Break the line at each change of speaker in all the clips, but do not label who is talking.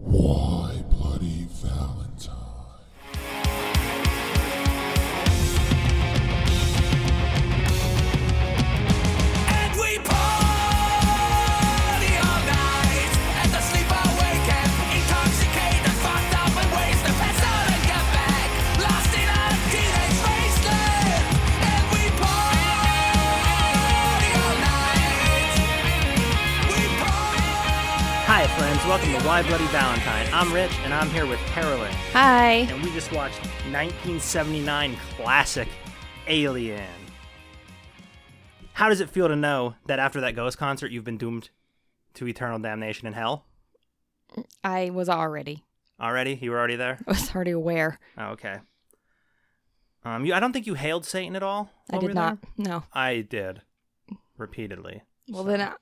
Why Bloody Valentine?
And we party all night, and the sleeper wake up, intoxicated, fucked up, and ways to pass out and get back, lost in a teenage wasteland. And we party all night. We party.
Hi, friends. Welcome to Why Bloody Valentine. I'm Rich, and I'm here with Carolyn.
Hi.
And we just watched 1979 classic Alien. How does it feel to know that after that ghost concert, you've been doomed to eternal damnation in hell?
I was already.
Already? You were already there?
I was already aware.
Oh, okay. Um, you, I don't think you hailed Satan at all.
I
while we
did
were
not.
there?
No.
I did. Repeatedly.
Well, then I,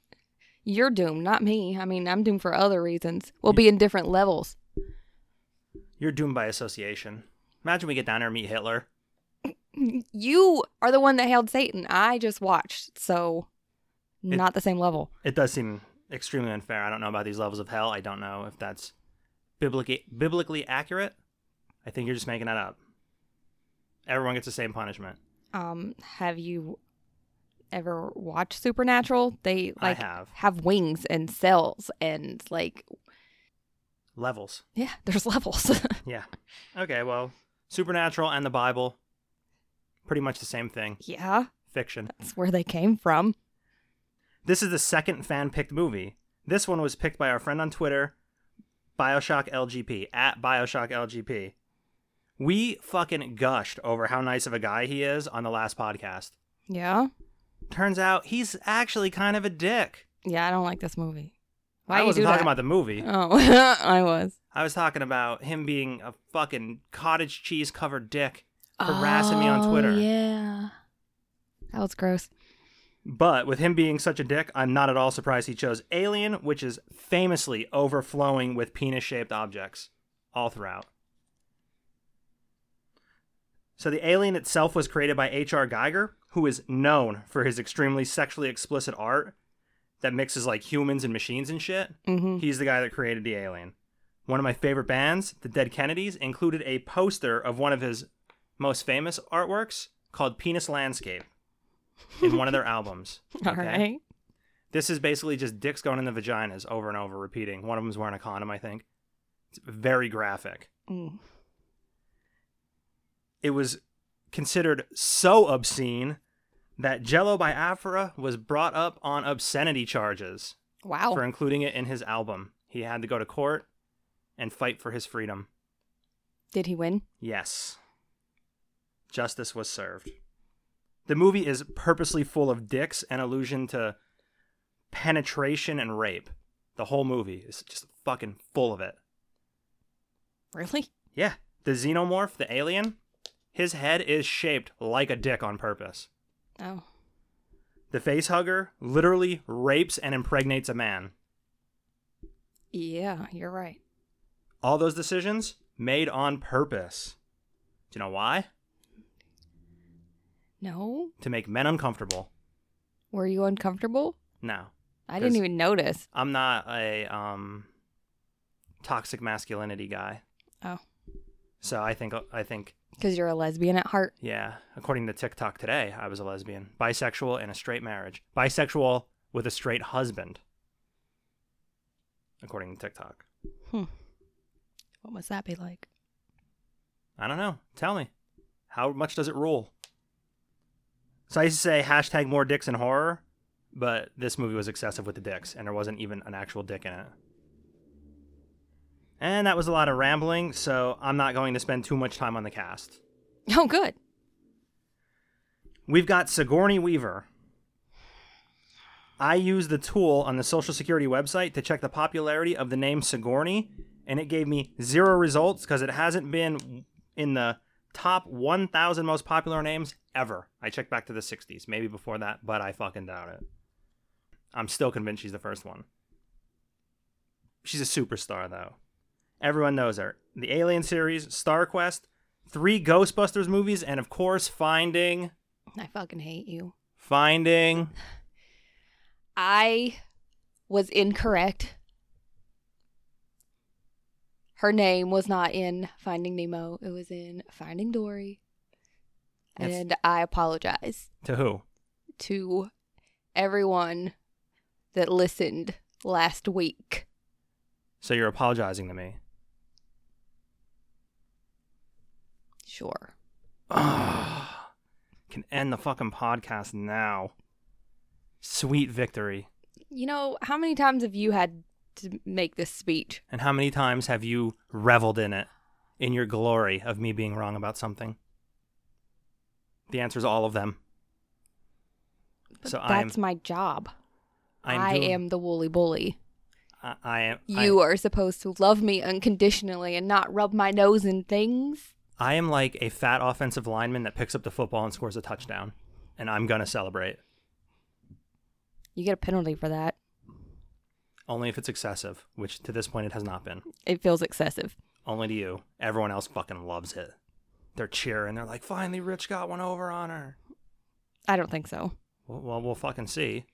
you're doomed, not me. I mean, I'm doomed for other reasons. We'll be in different levels.
You're doomed by association. Imagine we get down there and meet Hitler.
You are the one that hailed Satan. I just watched, so
It-
not the same level.
It does seem extremely unfair. I don't know about these levels of hell. I don't know if that's biblically biblically accurate. I think you're just making that up. Everyone gets the same punishment.
Um, have you ever watched Supernatural? They
I
like
have.
wings and cells and like
Levels.
yeah, there's levels.
Yeah. Okay, well, supernatural and the Bible pretty much the same thing.
yeah,
Fiction.
that's where they came from.
This is the second fan picked movie. This one was picked by our friend on Twitter, Bioshock LGP, at Bioshock LGP. We fucking gushed over how nice of a guy he is on the last podcast.
Yeah.
Turns out he's actually kind of a dick.
Yeah, I don't like this movie. Why
I
you
wasn't
do
talking
that?
about the movie.
Oh, I was.
I was talking about him being a fucking cottage cheese covered dick harassing me on Twitter.
Oh, Yeah. That was gross.
But with him being such a dick, I'm not at all surprised he chose Alien, which is famously overflowing with penis shaped objects all throughout. So the Alien itself was created by H.R. Geiger, who is known for his extremely sexually explicit art that mixes like humans and machines and shit.
Mm-hmm.
He's the guy that created the Alien. One of my favorite bands, the Dead Kennedys, included a poster of one of his most famous artworks called Penis Landscape in one of their albums.
All right.
This is basically just dicks going in the vaginas over and over, repeating. One of them's wearing a condom, I think. It's very graphic.
Mm.
It was considered so obscene that Jello by Afra was brought up on obscenity charges
Wow.
for including it in his album. He had to go to court and fight for his freedom.
Did he win?
Yes. Justice was served. The movie is purposely full of dicks and allusion to penetration and rape. The whole movie is just fucking full of it.
Really?
Yeah. The xenomorph, the alien, his head is shaped like a dick on purpose.
Oh.
The face hugger literally rapes and impregnates a man.
Yeah, you're right.
All those decisions made on purpose. Do you know why?
No?
To make men uncomfortable.
Were you uncomfortable?
No.
I didn't
Because-
even notice.
I'm not a um toxic masculinity guy.
Oh.
So I think I think
Because you're a lesbian at heart.
yeah, according to TikTok today, I was a lesbian, bisexual and a straight marriage. Bisexual with a straight husband. According to TikTok.
What must that be like?
I don't know. Tell me. How much does it rule? So I used to say hashtag more dicks in horror, but this movie was excessive with the dicks, and there wasn't even an actual dick in it. And that was a lot of rambling, so I'm not going to spend too much time on the cast.
Oh, good.
We've got Sigourney Weaver. I used the tool on the Social Security website to check the popularity of the name Sigourney, and it gave me zero results because it hasn't been in the top 1,000 most popular names ever. I checked back to the 60s, maybe before that, but I fucking doubt it. I'm still convinced she's the first one. She's a superstar, though. Everyone knows her. The Alien series, Star Quest, three Ghostbusters movies, and of course, Finding.
I fucking hate you.
Finding.
I was incorrect. Her name was not in Finding Nemo. It was in Finding Dory.
That's-
And I apologize
To who?
to everyone that listened last week.
So you're apologizing to me.
Sure.
Ah, can end the fucking podcast now. Sweet victory.
You know, how many times have you had to make this speech?
And how many times have you reveled in it, in your glory of me being wrong about something? The answer is all of them. So I am.
That's my job.
I'm
I
doing-
am the woolly bully.
I, I am. I-
You are supposed to love me unconditionally and not rub my nose in things.
I am like a fat offensive lineman that picks up the football and scores a touchdown, and I'm gonna celebrate
You get a penalty for that.
only if it's excessive, which to this point it has not been.
It feels excessive.
Only to you. Everyone else fucking loves it. They're cheering. They're like, "Finally, Rich got one over on her."
I don't think so.
Well, well, we'll fucking see.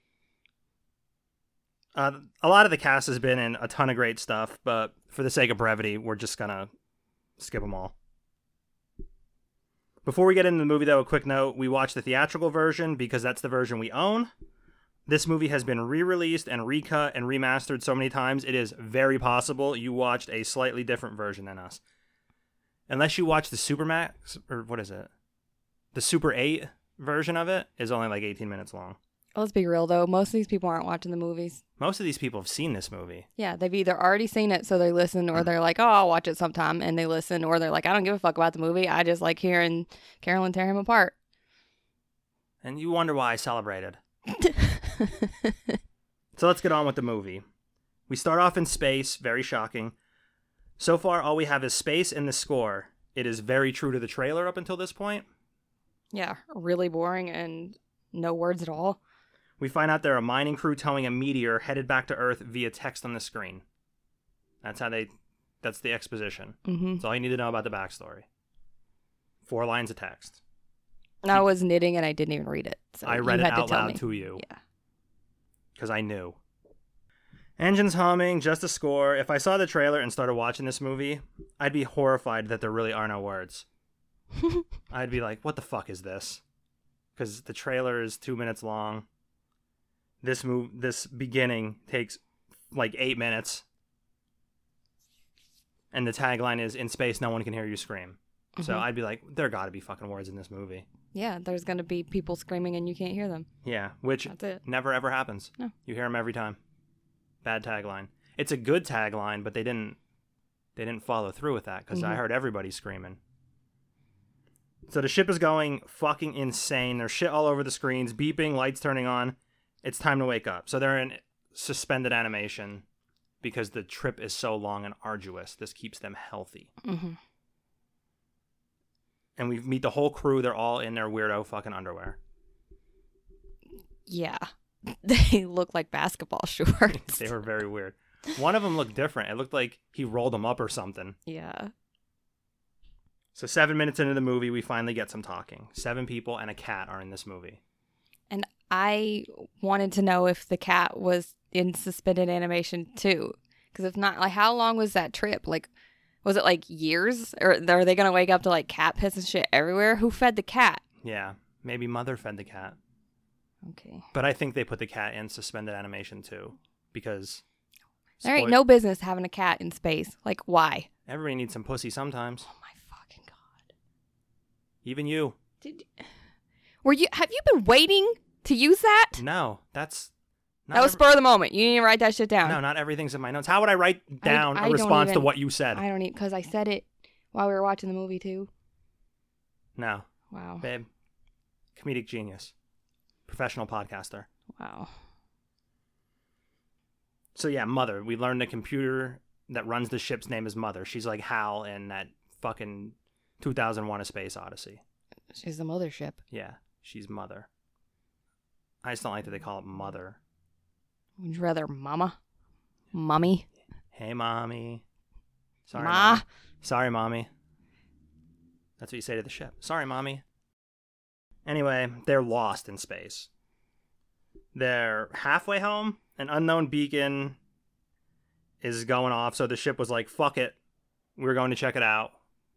Uh, a lot of the cast has been in a ton of great stuff, but for the sake of brevity, we're just gonna skip them all. Before we get into the movie, though, a quick note: we watched the theatrical version because that's the version we own. This movie has been re-released and recut and remastered so many times, it is very possible you watched a slightly different version than us. Unless you watched the Supermax or what is it? The Super 8 version of it is only like 18 minutes long.
Let's be real though. Most of these people aren't watching the movies.
Most of these people have seen this movie.
Yeah, they've either already seen it, so they listen, or they're like, "Oh, I'll watch it sometime," and they listen, or they're like, "I don't give a fuck about the movie. I just like hearing Carolyn tear him apart."
And you wonder why I celebrated. so let's get on with the movie. We start off in space, very shocking. So far, all we have is space and the score. It is very true to the trailer up until this point.
Yeah, really boring and no words at all.
We find out they're a mining crew towing a meteor headed back to Earth via text on the screen. That's how they. That's the exposition.
Mm-hmm.
That's all you need to know about the backstory. Four lines of text.
I was knitting and I didn't even read it. So
I
you
read it
had to
out
tell
loud
me.
to you.
Yeah.
because I knew. Engines humming, just a score. If I saw the trailer and started watching this movie, I'd be horrified that there really are no words. I'd be like, what the fuck is this? Because the trailer is two minutes long. This move, this beginning takes like eight minutes. And the tagline is, in space, no one can hear you scream. So
Mhm.
I'd be like, there gotta be fucking words in this movie.
Yeah, there's gonna be people screaming and you can't hear them.
Yeah, which
That's it.
never ever happens.
No.
You hear them every time. Bad tagline. It's a good tagline, but they didn't they didn't follow through with that because I
Mhm.
heard everybody screaming. So the ship is going fucking insane. There's shit all over the screens, beeping, lights turning on. It's time to wake up. So they're in suspended animation because the trip is so long and arduous. This keeps them healthy.
Mm-hmm.
And we meet the whole crew. They're all in their weirdo fucking underwear.
Yeah, they look like basketball shorts.
They were very weird. One of them looked different. It looked like he rolled them up or something.
yeah.
So seven minutes into the movie, we finally get some talking. Seven people and a cat are in this movie.
And I wanted to know if the cat was in suspended animation too. Because if not, like, how long was that trip? Like, was it like years? Or are they going to wake up to like cat piss and shit everywhere? Who fed the cat?
Yeah, maybe mother fed the cat,
Okay.
but I think they put the cat in suspended animation too, because
There ain't
spoil-
no business having a cat in space. Like, why?
everybody needs some pussy sometimes,
Oh my fucking God.
even you.
Did Were you, have you been waiting to use that?
No, that's not
that was
every-
spur of the moment. You didn't write that shit down.
No, not everything's in my notes. How would I write down a
I don't
response to
even-
what you said?
I don't need, because I said it while we were watching the movie too.
No,
Wow.
babe, comedic genius, professional podcaster.
Wow.
So yeah, Mother. We learned the computer that runs the ship's name is Mother. She's like Hal in that fucking 2001: A Space Odyssey.
She's the mothership.
Yeah, she's Mother. I just don't like that they call it Mother.
Would you rather mama? Mummy?
Hey, mommy. Sorry,
Ma.
Mommy. Sorry, mommy. That's what you say to the ship. Sorry, mommy. Anyway, they're lost in space. They're halfway home. An unknown beacon is going off, so the ship was like, fuck it. We were going to check it out.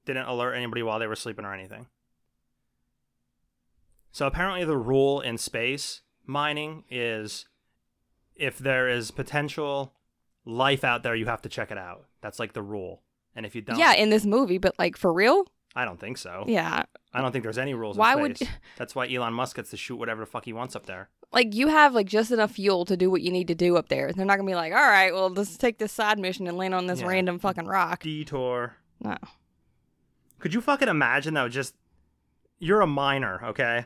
Didn't alert anybody while they were sleeping or anything. So apparently, the rule in space mining is if there is potential life out there, you have to check it out. That's like the rule. And if you don't,
Yeah, in this movie, but like for real?
I don't think so.
Yeah.
I don't think there's any rules.
Why
in
would-
space. That's why Elon Musk gets to shoot whatever the fuck he wants up there.
Like you have like just enough fuel to do what you need to do up there. They're not gonna be like, all right, well, let's take this side mission and land on this
Yeah.
random fucking rock.
Detour.
No.
Could you fucking imagine though? Just you're a miner, okay?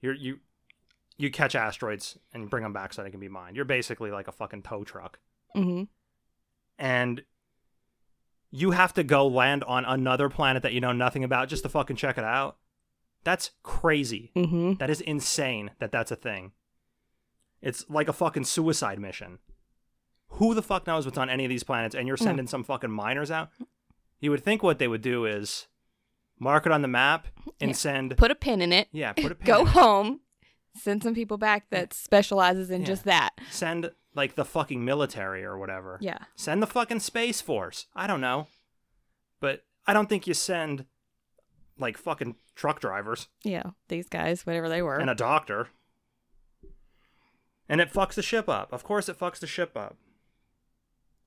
You're you you catch asteroids and bring them back so they can be mined. You're basically like a fucking tow truck,
hmm
and you have to go land on another planet that you know nothing about just to fucking check it out. That's crazy.
hmm
That is insane that that's a thing. It's like a fucking suicide mission. Who the fuck knows what's on any of these planets and you're
Yeah.
sending some fucking miners out? You would think what they would do is mark it on the map and
Yeah.
send
Put a pin in it.
yeah, put a pin
Go
in it.
home. Send some people back that specializes in
Yeah.
just that.
send like the fucking military or whatever.
Yeah.
Send the fucking space force. I don't know. But I don't think you send like fucking truck drivers.
Yeah. These guys, whatever they were.
and a doctor. And it fucks the ship up. Of course, it fucks the ship up.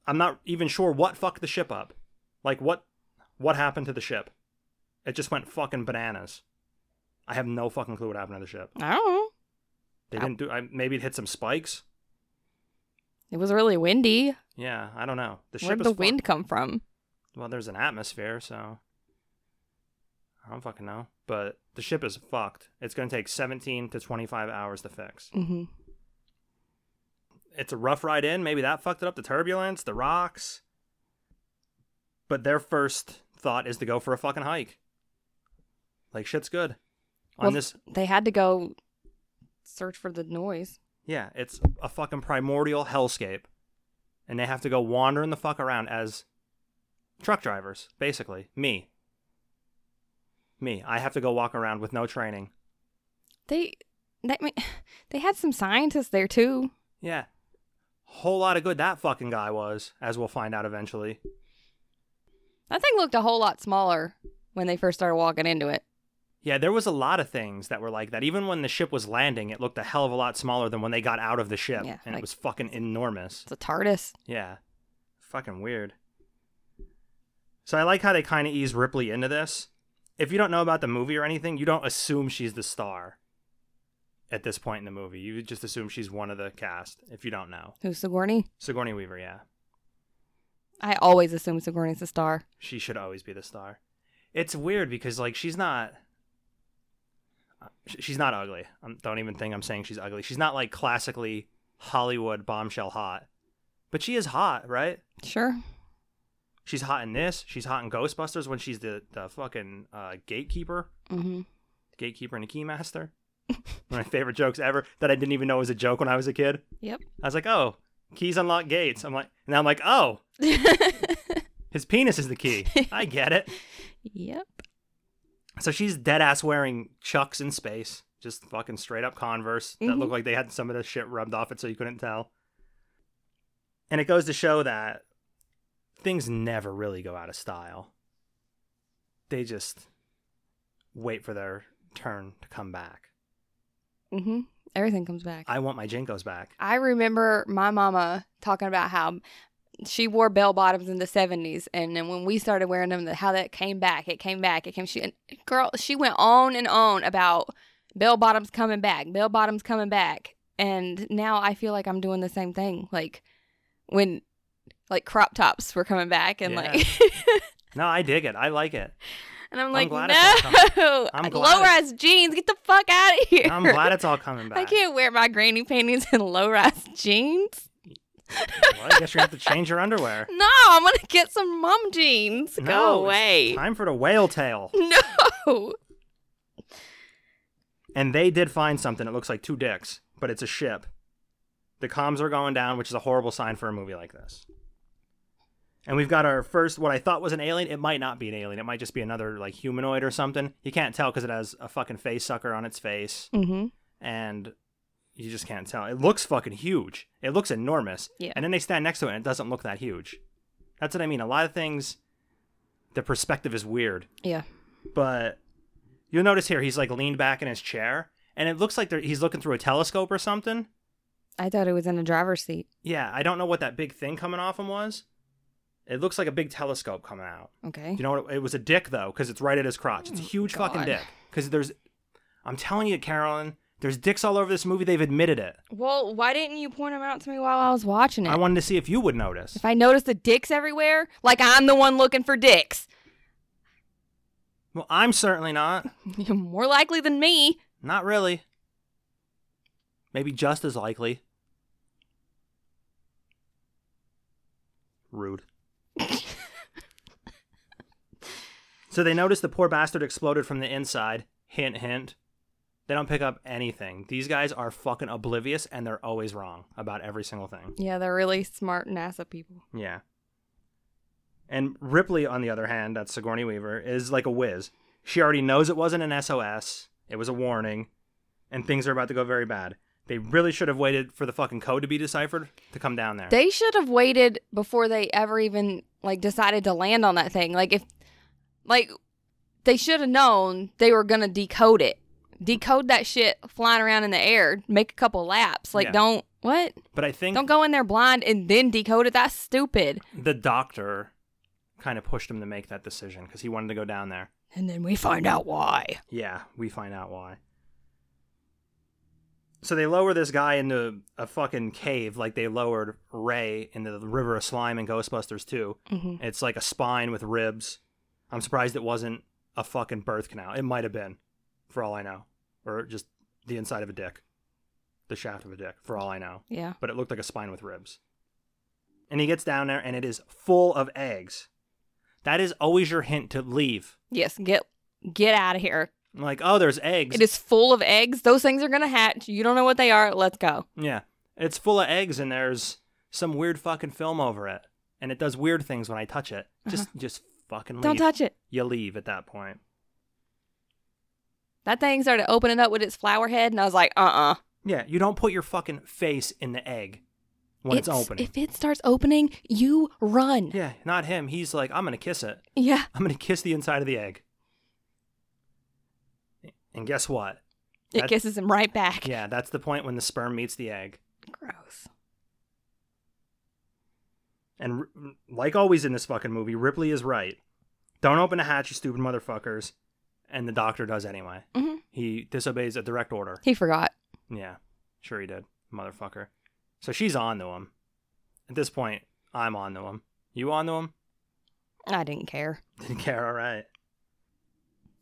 I'm not even sure what fucked the ship up. Like what? What happened to the ship? It just went fucking bananas. I have no fucking clue what happened to the ship.
I don't know.
They didn't do. I, maybe it hit some spikes.
It was really windy.
Yeah, I don't know. The ship
Where'd
is
the
fucked.
wind come from?
Well, there's an atmosphere, so I don't fucking know. But the ship is fucked. It's gonna take 17 to 25 hours to fix.
hmm
it's a rough ride in. Maybe that fucked it up. The turbulence, the rocks. But their first thought is to go for a fucking hike. Like shit's good. On
Well,
this,
They had to go search for the noise.
yeah, it's a fucking primordial hellscape, and they have to go wandering the fuck around as truck drivers, basically. Me. Me. I have to go walk around with no training.
They, that mean, they had some scientists there too.
Yeah. Whole lot of good that fucking guy was, as we'll find out eventually.
That thing looked a whole lot smaller when they first started walking into it.
Yeah, there was a lot of things that were like that. Even when the ship was landing, it looked a hell of a lot smaller than when they got out of the ship,
Yeah,
and it
like-
was fucking enormous.
It's a TARDIS.
Yeah, fucking weird. So I like how they kind of ease Ripley into this. If you don't know about the movie or anything, you don't assume she's the star. At this point in the movie, you just assume she's one of the cast. If you don't know
Who's Sigourney?
Sigourney Weaver, yeah,
I always assume Sigourney's a star.
she should always be the star. It's weird because like she's not sh- she's not ugly. I don't even think I'm saying she's ugly. She's not like classically Hollywood bombshell hot. But she is hot, right?
Sure.
She's hot in this. She's hot in Ghostbusters when she's the the fucking uh, gatekeeper,
Mm-hmm.
gatekeeper and a keymaster. One of my favorite jokes ever that I didn't even know was a joke when I was a kid.
Yep.
I was like, "Oh, keys unlock gates." I'm like, and I'm like, "Oh, his penis is the key." I get it.
yep.
So she's dead ass wearing chucks in space, just fucking straight up Converse that
Mhm.
look like they had some of the shit rubbed off it so you couldn't tell. And it goes to show that things never really go out of style. They just wait for their turn to come back.
Mm-hmm. Everything comes back.
I want my Jinkos back.
I remember my mama talking about how she wore bell bottoms in the 70s and then when we started wearing them how that came back it came back it came she and girl she went on and on about bell bottoms coming back bell bottoms coming back and now I feel like I'm doing the same thing like when like crop tops were coming back and
Yeah.
like
No, I dig it. I like it.
and I'm like
glad it's all
no
I'm glad
low rise jeans get the fuck out of here
I'm glad it's all coming back.
I can't wear my granny panties and low rise jeans
Well, I guess you're going to have to change your underwear.
No, I'm gonna get some mom jeans.
No,
Go away.
Time for the whale tail.
No.
And they did find something that looks like two dicks, but it's a ship. The comms are going down, which is a horrible sign for a movie like this. And we've got our first, what I thought was an alien. It might not be an alien. It might just be another like humanoid or something. You can't tell because it has a fucking face sucker on its face,
Mm-hmm.
and you just can't tell. It looks fucking huge. It looks enormous.
Yeah.
And then they stand next to it, and it doesn't look that huge. That's what I mean. A lot of things, the perspective is weird.
Yeah.
But you'll notice here, he's like leaned back in his chair, and it looks like they're- he's looking through a telescope or something.
I thought it was in a driver's seat.
Yeah, I don't know what that big thing coming off him was. It looks like a big telescope coming out.
Okay.
You know what? It was a dick though, because it's right at his crotch. It's a huge fucking
Eh. Oh, God.
dick. Because there's, I'm telling you, Carolyn, there's dicks all over this movie. They've admitted it.
well, why didn't you point them out to me while I was watching it?
I wanted to see if you would notice.
if I noticed the dicks everywhere, like I'm the one looking for dicks.
Well, I'm certainly not.
You're more likely than me.
Not really. Maybe just as likely. Rude. so they notice the poor bastard exploded from the inside. Hint, hint. They don't pick up anything. These guys are fucking oblivious and they're always wrong about every single thing.
Yeah, they're really smart NASA people.
Yeah. And Ripley, on the other hand, that's Sigourney Weaver, is like a whiz. She already knows it wasn't an SOS, it was a warning, and things are about to go very bad. They really should have waited for the fucking code to be deciphered to come down there.
They should have waited before they ever even like decided to land on that thing. Like if like they should have known they were going to decode it. Decode that shit flying around in the air, make a couple laps. Like
Yeah.
don't what?
but I think
Don't go in there blind and then decode it. That's stupid.
the doctor kind of pushed him to make that decision because he wanted to go down there.
And then we find out why.
Yeah, we find out why. So they lower this guy into a fucking cave like they lowered Ray into the river of slime in Ghostbusters 2.
Mhm.
It's like a spine with ribs. I'm surprised it wasn't a fucking birth canal. It might have been, for all I know. Or just the inside of a dick. The shaft of a dick, for all I know.
Yeah.
But it looked like a spine with ribs. And he gets down there and it is full of eggs. That is always your hint to leave.
Yes, get get out of here.
Like, oh, there's eggs.
It is full of eggs. Those things are going to hatch. You don't know what they are. Let's go.
Yeah. It's full of eggs and there's some weird fucking film over it. And it does weird things when I touch it. Just just fucking leave.
Uh-huh. Don't touch it.
You leave at that point.
That thing started opening up with its flower head, and I was like, uh uh
Yeah, you don't put your fucking face in the egg when it's, opening.
If it starts opening, you run.
yeah, not him. He's like, I'm gonna kiss it.
Yeah.
I'm gonna kiss the inside of the egg. And guess what?
It
That-
kisses him right back.
Yeah, that's the point when the sperm meets the egg.
Gross.
And r- like always in this fucking movie, Ripley is right. Don't open a hatch, you stupid motherfuckers. And the doctor does anyway.
Mhm.
He disobeys a direct order.
He forgot.
Yeah, sure he did, motherfucker. So she's on to him. At this point, I'm on to him. You on to him?
I didn't care.
Didn't care, all right.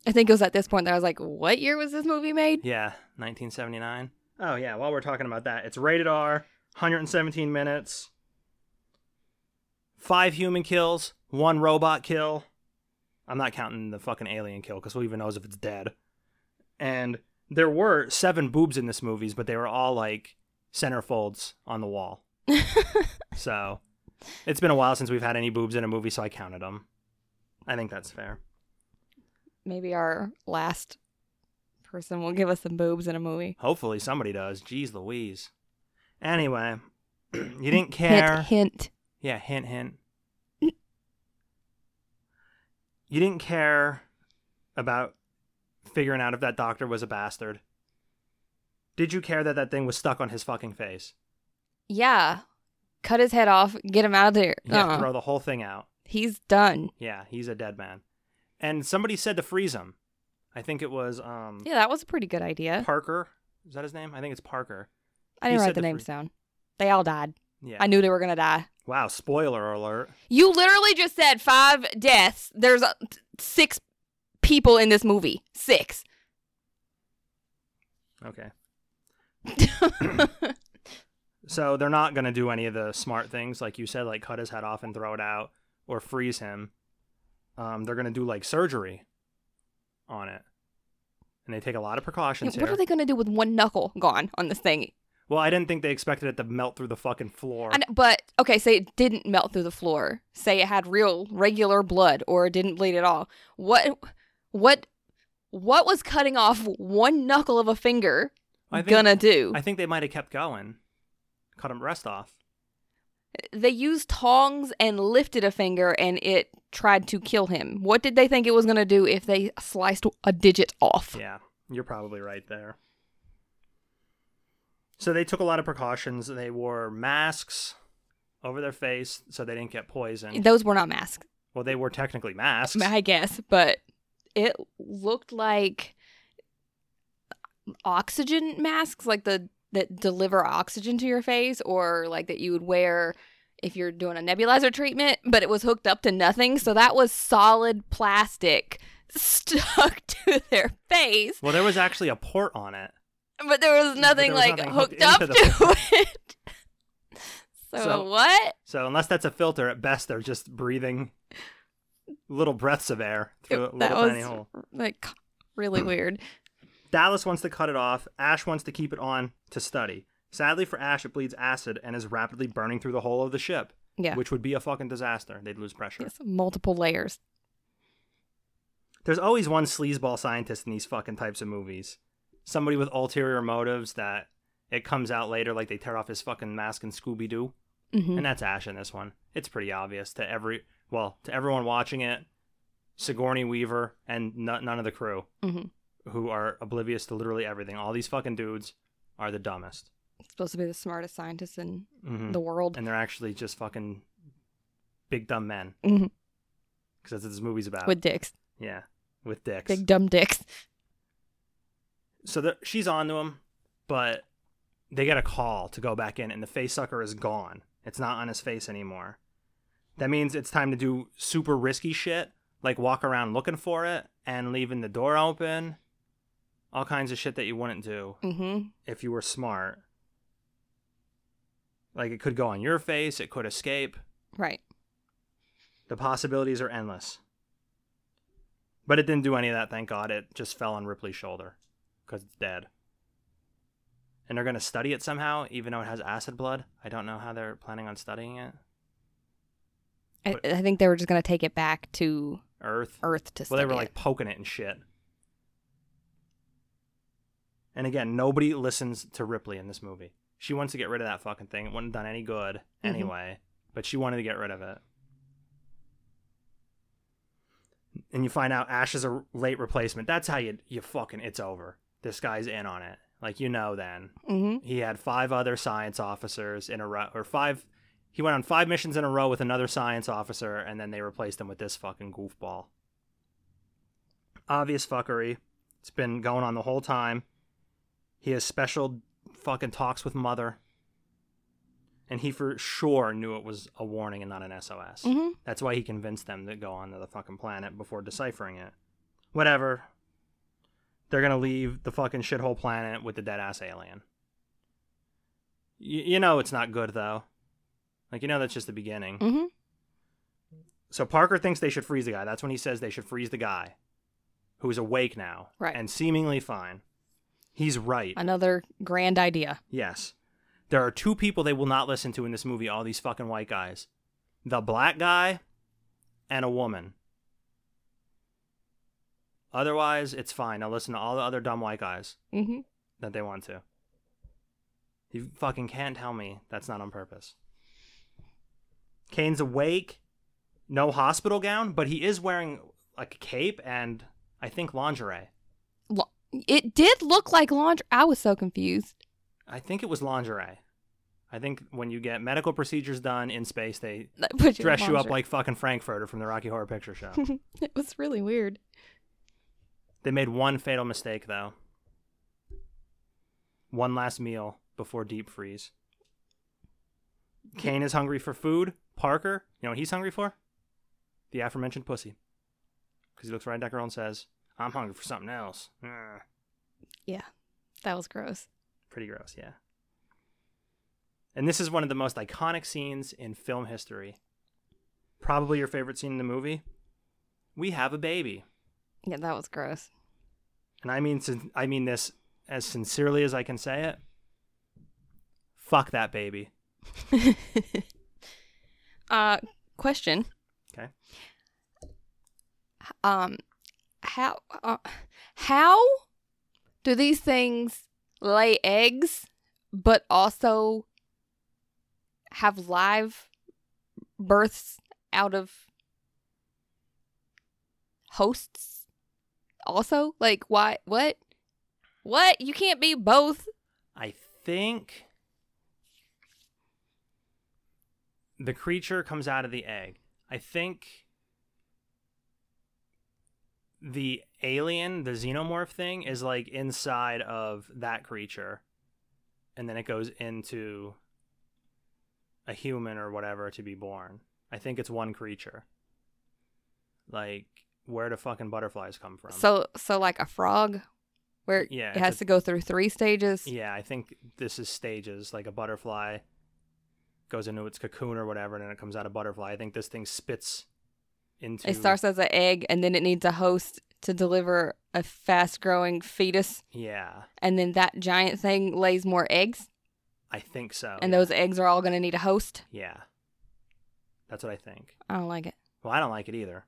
I think it was at this point that I was like, what year was this movie made?
Yeah, 1979. Oh yeah, while we're talking about that, it's rated R, 117 minutes. Five human kills, one robot kill. I'm not counting the fucking alien kill because who even knows if it's dead. And there were seven boobs in this movie, but they were all like centerfolds on the wall. so it's been a while since we've had any boobs in a movie, so I counted them. I think that's fair.
Maybe our last person will give us some boobs in a movie.
Hopefully somebody does. Jeez Louise. Anyway, you didn't care.
Hint, hint.
Yeah, hint, hint. you didn't care about figuring out if that doctor was a bastard. Did you care that that thing was stuck on his fucking face?
Yeah. Cut his head off. Get him out of there.
Yeah,
Uh-uh.
throw the whole thing out.
He's done.
Yeah, he's a dead man. And somebody said to freeze him. I think it was um
Yeah, that was a pretty good idea.
Parker. Is that his name? I think it's Parker.
I
he
didn't
said
write the
the
names
fir-
down. They all died.
Yeah.
I knew they were going to die.
Wow, spoiler alert.
You literally just said five deaths. There's uh, t- six people in this movie. Six.
Okay. so they're not going to do any of the smart things, like you said, like cut his head off and throw it out or freeze him. Um, they're going to do like surgery on it. And they take a lot of precautions
what
here.
are they going to do with one knuckle gone on this thing?
Well, I didn't think they expected it to melt through the fucking floor.
I know, but okay, say it didn't melt through the floor. Say it had real regular blood or it didn't bleed at all. What what what was cutting off one knuckle of a finger
I think-
gonna do?
I think they might have kept going. Cut him rest off.
they used tongs and lifted a finger and it tried to kill him. What did they think it was gonna do if they sliced a digit off?
Yeah, you're probably right there. So they took a lot of precautions. They wore masks over their face so they didn't get poisoned.
Those were not masks.
well, they were technically masks.
I guess, but it looked like oxygen masks, like the that deliver oxygen to your face, or like that you would wear if you're doing a nebulizer treatment. But it was hooked up to nothing, so that was solid plastic stuck to their face.
well, there was actually a port on it.
But there was nothing
there was
like
nothing
hooked
hooked
up
into
to it. so,
So-
what?
So unless that's a filter, at best they're just breathing little breaths of air through
It-
a
that
little tiny
was
hole.
like really weird.
Dallas wants to cut it off. Ash wants to keep it on to study. Sadly for Ash, it bleeds acid and is rapidly burning through the hull of the ship,
Yeah.
which would be a fucking disaster. They'd lose pressure.
Yes, multiple layers.
There's always one sleazeball scientist in these fucking types of movies. Somebody with ulterior motives that it comes out later, like they tear off his fucking mask in Scooby Doo.
Mhm.
And that's Ash in this one. It's pretty obvious to every, well, to everyone watching it, Sigourney Weaver and n- none of the crew
Mhm.
who are oblivious to literally everything. All these fucking dudes are the dumbest.
supposed to be the smartest scientist in
Mhm.
the world.
And they're actually just fucking big dumb men.
Mhm.
Because that's what this movie's about.
With dicks.
yeah, with dicks.
Big dumb dicks.
so the, she's on to him, but they get a call to go back in, and the face sucker is gone. It's not on his face anymore. That means it's time to do super risky shit, like walk around looking for it and leaving the door open. All kinds of shit that you wouldn't do
Mm-hmm.
if you were smart. Like it could go on your face, it could escape.
Right.
The possibilities are endless. But it didn't do any of that, thank God. It just fell on Ripley's shoulder because it's dead. And they're going to study it somehow, even though it has acid blood. I don't know how they're planning on studying it.
I,
But-
I think they were just gonna take it back to
Earth.
Earth to
Well,
study
they were
it.
like poking it and shit. And again, nobody listens to Ripley in this movie. She wants to get rid of that fucking thing. It wouldn't have done any good
Mhm.
anyway, but she wanted to get rid of it. And you find out Ash is a late replacement. That's how you you fucking it's over. This guy's in on it. Like you know then.
Mhm.
He had five other science officers in a row or five he went on five missions in a row with another science officer and then they replaced him with this fucking goofball obvious fuckery. It's been going on the whole time. He has special fucking talks with Mother. And he for sure knew it was a warning and not an SOS.
Mhm.
That's why he convinced them to go onto the fucking planet before deciphering it. Whatever. They're going to leave the fucking shithole planet with the dead ass alien. Y- you know it's not good, though. Like, you know that's just the beginning.
Mhm.
So Parker thinks they should freeze the guy. That's when he says they should freeze the guy who's awake now
Right.
and seemingly fine. He's right.
Another grand idea.
yes. There are two people they will not listen to in this movie, all these fucking white guys. The black guy and a woman. Otherwise, it's fine. Now listen to all the other dumb white guys
Mm-hmm.
that they want to. You fucking can't tell me that's not on purpose. Kane's awake, no hospital gown, but he is wearing like a cape and I think lingerie.
It did look like laundry. I was so confused.
I think it was lingerie. I think when you get medical procedures done in space, they
That put in
dress you up
lingerie.
like fucking Frankfurter from the Rocky Horror Picture Show.
it was really weird.
they made one fatal mistake though. One last meal before deep freeze. Kane is hungry for food. Parker, you know what he's hungry for? The aforementioned pussy. Because he looks right at that girl and says, I'm hungry for something else. Ugh.
Yeah, that was gross.
Pretty gross, yeah. And this is one of the most iconic scenes in film history. Probably your favorite scene in the movie. We have a baby.
Yeah, that was gross.
And I mean sin- I mean this as sincerely as I can say it. Fuck that baby.
Uh, question.
'Kay.
H- Um, how uh, how do these things lay eggs, but also have live births out of hosts? Also, like why? What? What? You can't be both.
I think the creature comes out of the egg. I think the alien, the xenomorph thing, is like inside of that creature. And then it goes into a human or whatever to be born. I think it's one creature. Like, where do fucking butterflies come from?
So, so like a frog, where
Yeah,
it
it's
has
a-
to go through three stages.
Yeah, I think this is stages. Like a butterfly goes into its cocoon or whatever, and then it comes out a butterfly. I think this thing spits into.
It starts as an egg, and then it needs a host to deliver a fast-growing fetus,
Yeah,
and then that giant thing lays more eggs,
I think so.
and
Oh, yeah.
those eggs are all going to need a host.
Yeah, that's what I think.
I don't like it.
Well, I don't like it either.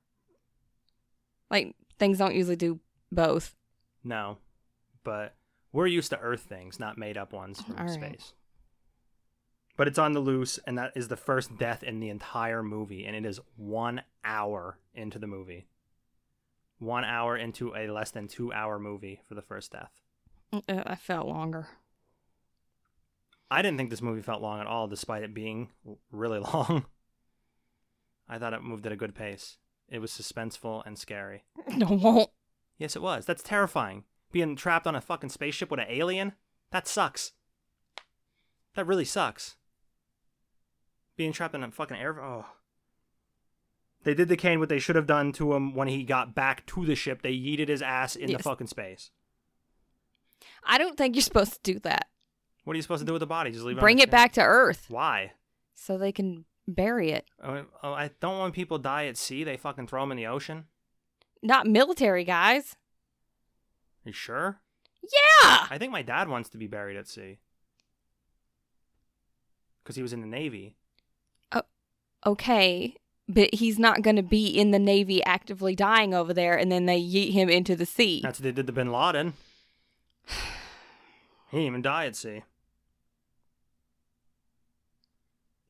Like things don't usually do both.
No, but we're used to Earth things, not made up ones from
All right.
space. But it's on the loose, and that is the first death in the entire movie, and it is one hour into the movie. One hour into a less than two hour movie for the first death.
Uh, I felt longer.
I didn't think this movie felt long at all, despite it being really long. I thought it moved at a good pace. It was suspenseful and scary.
No, won't.
Yes, it was. That's terrifying. Being trapped on a fucking spaceship with an alien? That sucks. That really sucks. Being trapped in a fucking air. Oh. They did to Kane what they should have done to him when he got back to the ship. They yeeted his ass into
Yes.
fucking space.
I don't think you're supposed to do that.
What are you supposed to do with the body? Just leave it on
Bring
the
it
ship?
back to Earth
Why?
so they can bury it.
Oh, oh, I don't want people to die at sea. They fucking throw them in the ocean.
Not military guys.
You sure?
Yeah.
I think my dad wants to be buried at sea. Because he was in the Navy.
Okay. But he's not going to be in the Navy actively dying over there, and then they yeet him into the sea.
That's what they did to Bin Laden. He didn't even die at sea.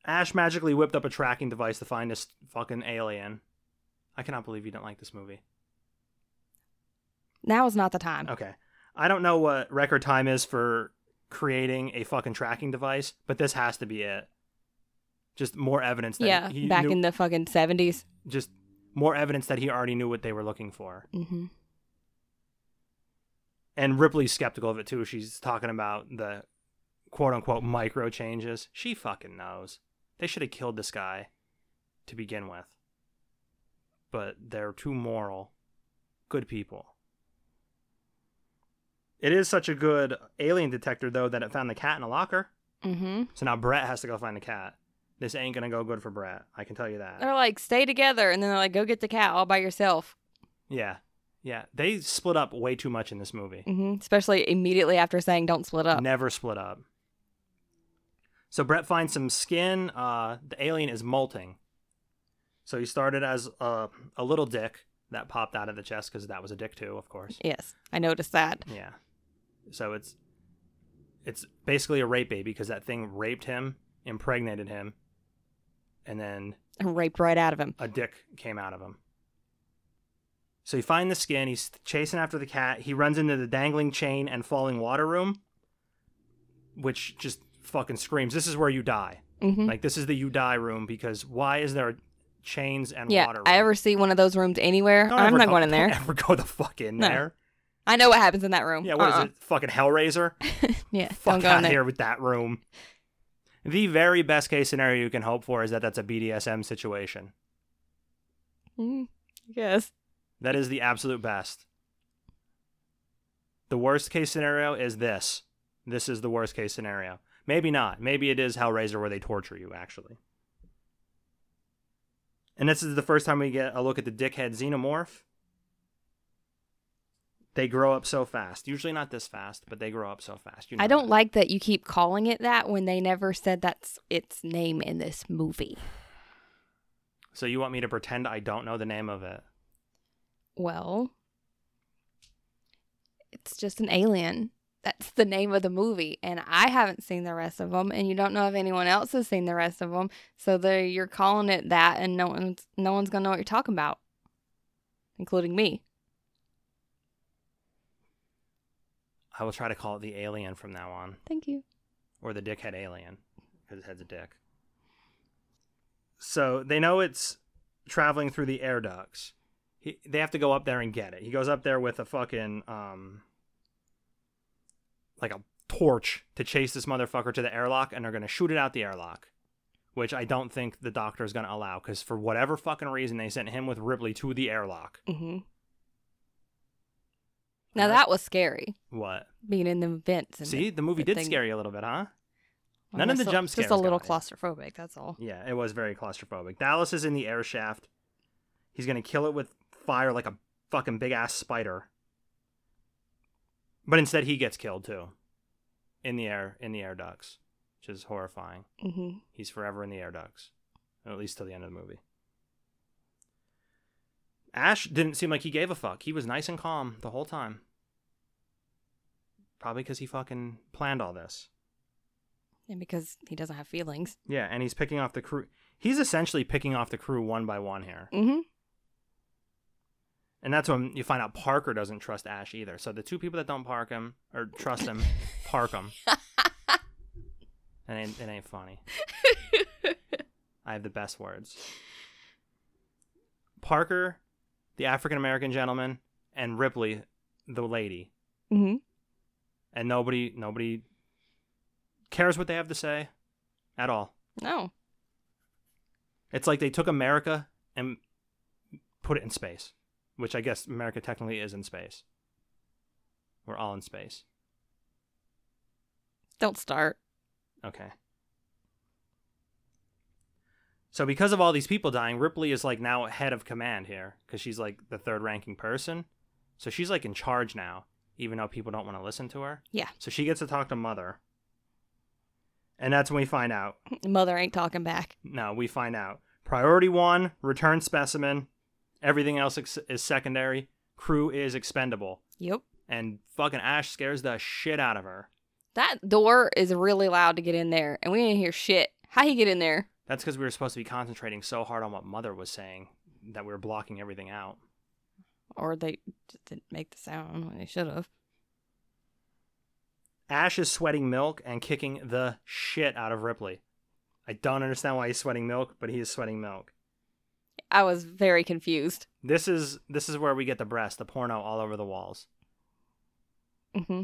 Ash magically whipped up a tracking device to find this fucking alien. I cannot believe you didn't like this movie.
Now is not the time.
Okay. I don't know what record time is for creating a fucking tracking device, but this has to be it. Just more evidence that
yeah,
he
back
knew,
in the fucking 70s.
just more evidence that he already knew what they were looking for.
hmm
And Ripley's skeptical of it too. She's talking about the quote unquote micro changes. She fucking knows. They should have killed this guy to begin with. But they're too moral. Good people. It is such a good alien detector though that it found the cat in a locker.
hmm
So now Brett has to go find the cat. This ain't gonna go good for Brett. I can tell you that.
They're like, stay together. And then they're like, go get the cat all by yourself.
Yeah. Yeah. They split up way too much in this movie.
hmm Especially immediately after saying, don't split up.
Never split up. So Brett finds some skin. Uh, the alien is molting. So he started as a, a little dick that popped out of the chest because that was a dick too, of course.
Yes, I noticed that.
Yeah. So it's it's basically a rape baby because that thing raped him, impregnated him, and then
Raped right out of him.
a dick came out of him. So you find the skin. He's chasing after the cat. He runs into the dangling chain and falling water room, which just fucking screams. This is where you die.
hmm
Like this is the you die room because why is there chains and
yeah,
water? Room?
I ever see one of those rooms anywhere,
Don't
I'm
ever
not
go-
going in
Don't
there.
ever go the fuck in
No.
there.
I know what happens in that room.
Yeah, what is
Uh-uh.
it? Fucking Hellraiser.
Yeah,
fuck
don't go in
out
there.
here with that room. The very best case scenario you can hope for is that that's a BDSM situation.
Mm, yes.
That is the absolute best. The worst case scenario is this. This is the worst case scenario. Maybe not. Maybe it is Hellraiser where they torture you, actually. And this is the first time we get a look at the dickhead xenomorph. They grow up so fast. Usually not this fast, but they grow up so fast. You know
I don't
that.
like that you keep calling it that when they never said that's its name in this movie.
So you want me to pretend I don't know the name of it?
Well, it's just an alien. That's the name of the movie, and I haven't seen the rest of them, and you don't know if anyone else has seen the rest of them. So there, you're calling it that, and no one's no one's gonna know what you're talking about, including me.
I will try to call it the alien from now on,
Thank you.
or the dickhead alien, because his head's a dick. So they know it's traveling through the air ducts. He, they have to go up there and get it. He goes up there with a fucking um, like a torch to chase this motherfucker to the airlock, and they're gonna shoot it out the airlock, which I don't think the doctor is gonna allow, because for whatever fucking reason they sent him with Ripley to the airlock.
hmm Now
Alright.
that was scary,
What?
being in the vents. And
See, the movie did
thing-
scare you a little bit, huh?
Well,
None of
that's
the
a-
jump
Just a
scares
little
got me.
claustrophobic. That's all.
Yeah, it was very claustrophobic. Dallas is in the air shaft. He's gonna kill it with fire like a fucking big ass spider. But instead, he gets killed too, in the air in the air ducts, which is horrifying.
hmm
He's forever in the air ducts, at least till the end of the movie. Ash didn't seem like he gave a fuck. He was nice and calm the whole time. Probably because he fucking planned all this.
And because he doesn't have feelings.
Yeah, and he's picking off the crew. He's essentially picking off the crew one by one here.
Mm-hmm.
And that's when you find out Parker doesn't trust Ash either. So the two people that don't park him or trust him, park him. And it, ain't- it ain't funny. I have the best words. Parker, the African American gentleman, and Ripley, the lady,
Mm-hmm.
and nobody nobody cares what they have to say at all.
No.
It's like they took America and put it in space, which I guess America technically is in space. We're all in space.
Don't start.
Okay. So because of all these people dying, Ripley is like now head of command here because she's like the third ranking person. So she's like in charge now, even though people don't want to listen to her.
Yeah.
So she gets to talk to Mother. And that's when we find out
Mother ain't talking back.
No, we find out. Priority one, return specimen. Everything else ex- is secondary. Crew is expendable.
Yep.
And fucking Ash scares the shit out of her.
That door is really loud to get in there, and we didn't hear shit. How he get in there?
That's because we were supposed to be concentrating so hard on what Mother was saying that we were blocking everything out.
Or they just didn't make the sound when they should have.
Ash is sweating milk and kicking the shit out of Ripley. I don't understand why he's sweating milk, but he is sweating milk.
I was very confused.
This is this is where we get the breast, the porno all over the walls.
Mm-hmm.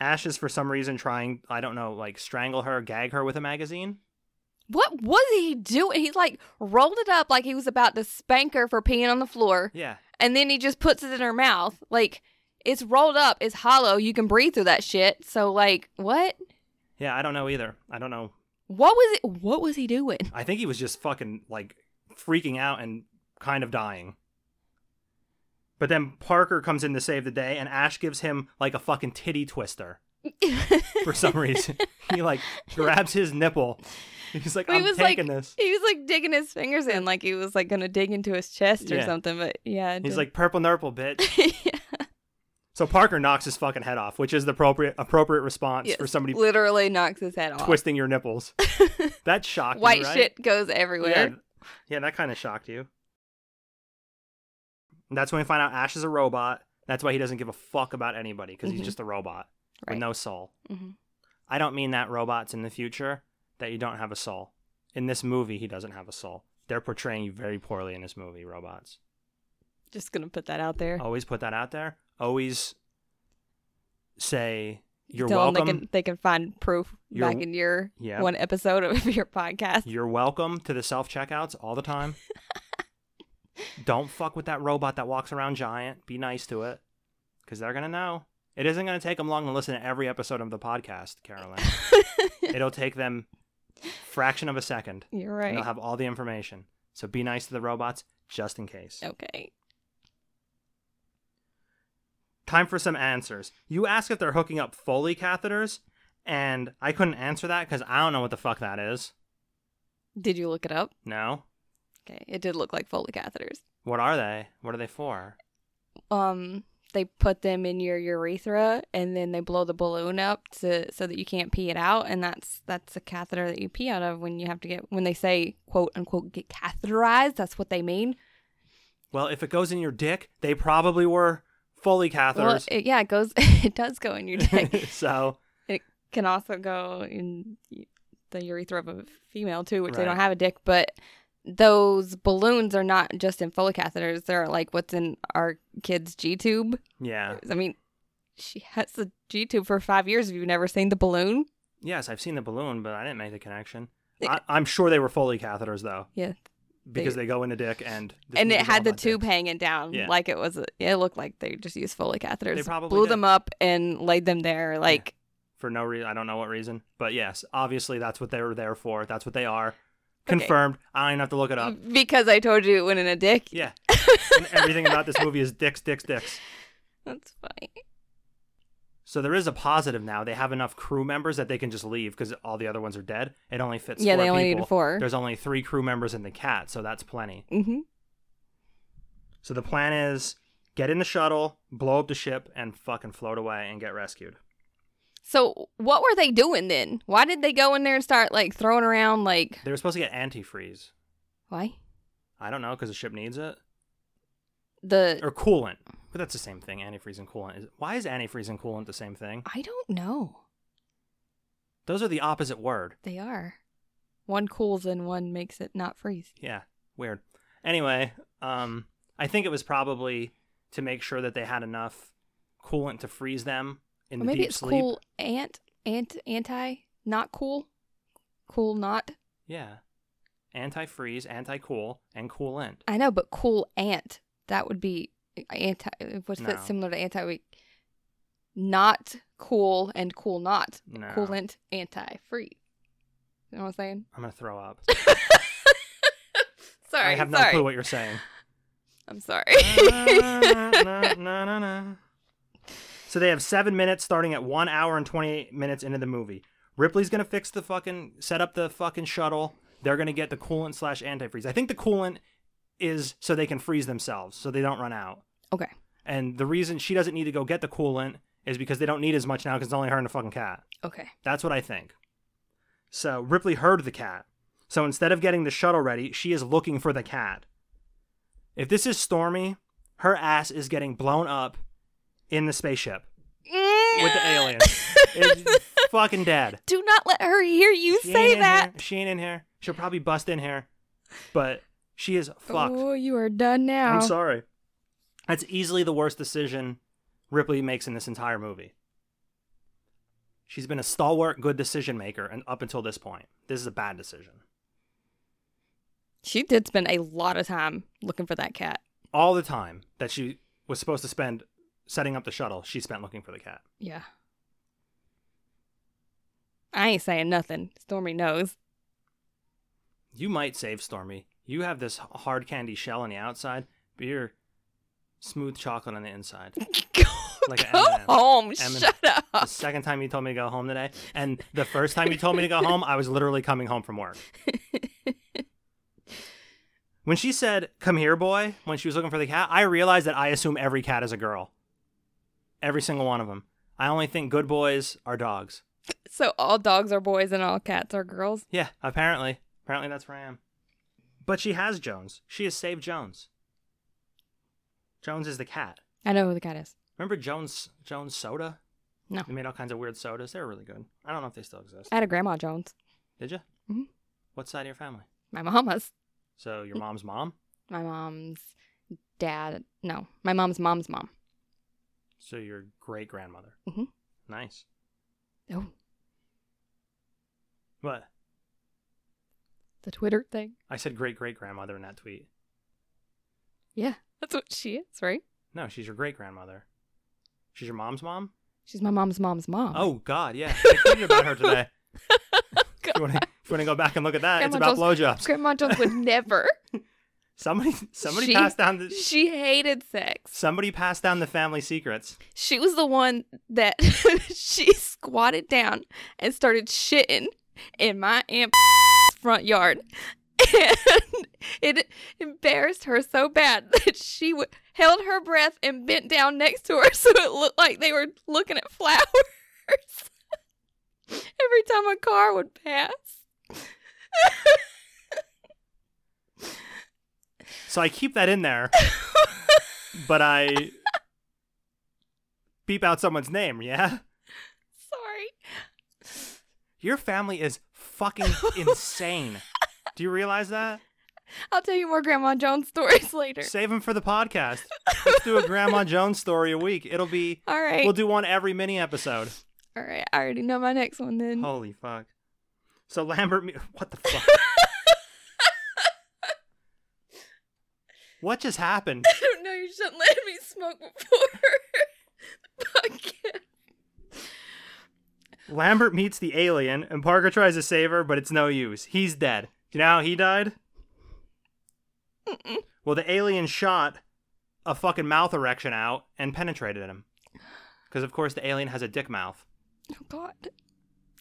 Ash is for some reason trying, I don't know, like strangle her, gag her with a magazine.
What was he doing? He like rolled it up like he was about to spank her for peeing on the floor,
Yeah.
and then he just puts it in her mouth. Like it's rolled up, it's hollow. You can breathe through that shit. So like, what?
Yeah, I don't know either. I don't know.
What was it? What was he doing?
I think he was just fucking like freaking out and kind of dying. But then Parker comes in to save the day, and Ash gives him like a fucking titty twister for some reason. he like grabs his nipple. He's like,
He
"I'm
was like-
taking this."
He was like digging his fingers in, like he was like gonna dig into his chest or
Yeah.
something. But yeah, it
He's
didn't-
like, "Purple nurple, bitch." So Parker knocks his fucking head off, which is the appropriate appropriate response
Yes,
for somebody
literally knocks his head off.
twisting your nipples. That's shocking.
White
right?
shit goes everywhere.
Yeah, yeah that kind of shocked you. And that's when we find out Ash is a robot. That's why he doesn't give a fuck about anybody because
Mhm.
he's just a robot
Right.
with no soul.
Mhm.
I don't mean that robots in the future that you don't have a soul. In this movie, he doesn't have a soul. They're portraying you very poorly in this movie, robots.
Just gonna put that out there.
Always put that out there. Always say you're
Tell 'em
welcome.
They can, they can find proof
You're-
back in your
Yeah.
one episode of your podcast.
You're welcome to the self checkouts all the time. Don't fuck with that robot that walks around giant. Be nice to it because they're going to know. It isn't going to take them long to listen to every episode of the podcast, Carolyn. It'll take them fraction of a second.
You're
And
right.
they'll have all the information. So be nice to the robots just in case.
okay.
Time for some answers. You ask if they're hooking up Foley catheters, and I couldn't answer that because I don't know what the fuck that is.
Did you look it up?
No.
Okay, it did look like Foley catheters.
What are they? What are they for?
Um, they put them in your urethra and then they blow the balloon up to so that you can't pee it out, and that's that's a catheter that you pee out of when you have to get when they say quote unquote get catheterized. That's what they mean.
Well, if it goes in your dick, they probably were Foley
Well,
catheters.
it, yeah, it goes. it does go in your dick.
so
Can also go in the urethra of a female too, which they
Right.
don't have a dick. But those balloons are not just in Foley catheters. They're like what's in our kids' G tube.
yeah.
I mean, she has the G tube for five years. Have you never seen the balloon?
Yes, I've seen the balloon, but I didn't make the connection. I, I'm sure they were Foley catheters though,
Yeah,
because they, go in a dick and this
and it
movie's all
had the
about dicks.
tube hanging down,
Yeah.
like it was. A, it looked like they just used Foley catheters.
They probably
blew
did.
them up and laid them there. Like
for no reason. I don't know what reason, but yes, obviously that's what they were there for. That's what they are. Confirmed. I don't even have to look it
Mm.
up.
because I told you it went in a dick.
Yeah. And everything about this movie is dicks, dicks, dicks.
That's funny.
So there is a positive now. They have enough crew members that they can just leave because all the other ones are dead. It only fits.
Yeah,
four
they only need
people.
four.
There's only three crew members and the cat, so that's plenty.
hmm
So the plan is get in the shuttle, blow up the ship, and fucking float away and get rescued.
So what were they doing then? Why did they go in there and start like throwing around? Like
They were supposed to get antifreeze.
why
I don't know because the ship needs it
the
or coolant, but that's the same thing. Antifreeze and coolant. Is, why is antifreeze and coolant the same thing?
I don't know.
Those are the opposite word.
They are one cools and one makes it not freeze.
Yeah, weird. Anyway, um, I think it was probably to make sure that they had enough coolant to freeze them in
Or
the
maybe
deep
it's
sleep.
cool ant ant anti not cool cool not
Yeah, anti-freeze, anti-cool, and coolant.
i know but cool ant that would be uh, anti what's
No.
that similar to anti week not cool and cool not
No.
coolant anti free you know what i'm saying
I'm gonna throw up.
sorry
I have no
sorry
clue what Uh. you're saying.
i'm sorry
Na, na, na, na, na. So they have seven minutes, starting at one hour and twenty-eight minutes into the movie. Ripley's gonna fix the fucking set up the fucking shuttle. They're gonna get the coolant slash antifreeze. I think the coolant is so they can freeze themselves, so they don't run out.
okay
And the reason she doesn't need to go get the coolant is because they don't need as much now because it's only her and the fucking cat.
okay
That's what I think. So Ripley heard the cat. So instead of getting the shuttle ready, she is looking for the cat. If this is Stormy, her ass is getting blown up in the spaceship with the aliens. It's fucking dead.
do not let her hear you
She ain't
say
in
that
here. She ain't in here. She'll probably bust in here. But she is fucked.
oh you are done now
I'm sorry. That's easily the worst decision Ripley makes in this entire movie. She's been a stalwart, good decision maker, and up until this point, this is a bad decision.
she did spend a lot of time looking for that cat
All the time that she was supposed to spend setting up the shuttle, she spent looking for the cat.
Yeah. I ain't saying nothing. Stormy knows.
You might save Stormy. You have this h- hard candy shell on the outside, but you're smooth chocolate on the inside. Like an
Go
M&M.
home.
M&M.
Shut
The
up.
second time you told me to go home today, and the first time you told me to go home, I was literally coming home from work. When she said, Come here, boy, when she was looking for the cat, I realized that I assume every cat is a girl. Every single one of them. I only think good boys are dogs.
So all dogs are boys and all cats are girls.
Yeah, apparently. Apparently that's where I am. But she has Jones. She has saved Jones. Jones is the cat.
I know who the cat is.
Remember Jones Jones soda?
No. Uh,
They made all kinds of weird sodas. They were really good. I don't know if they still exist.
I had a grandma Jones.
Did you?
Mhm.
What side of your family?
My mama's.
So
Mm-hmm.
your mom's mom.
My mom's dad. No. My mom's mom's mom.
So your great grandmother.
Mhm.
Nice.
Oh,
What?
the Twitter thing.
I said great great grandmother in that tweet.
Yeah. That's what she is, right?
No, she's your great grandmother. She's your mom's mom.
She's my mom's mom's mom.
Oh God, yeah. I tweeted about her today. If you
God.
want to go back and look at that, it's
Grandma
about
Jones-
blowjobs.
Grandma Jones would never.
Somebody somebody
She-
passed down the
She hated sex.
somebody passed down the family secrets.
She was the one that she squatted down and started shitting in my aunt front yard. And it embarrassed her so bad that she w- held her breath and bent down next to her so it looked like they were looking at flowers every time a car would pass.
So I keep that in there. but I beep out someone's name, yeah?
Sorry.
Your family is fucking insane. Do you realize that?
I'll tell you more Grandma Jones stories later.
Save them for the podcast. Let's do a Grandma Jones story a week. It'll be
All right.
we'll do one every mini episode.
All right. I already know my next one then.
Holy fuck. So Lambert, Mu- what the fuck? what just happened?
I don't know. You shouldn't let me smoke before. Fuck.
Lambert meets the alien, and Parker tries to save her, but it's no use. He's dead. You know how he died? Well, the alien shot a fucking mouth erection out and penetrated him. Because, of course, the alien has a dick mouth.
Oh God.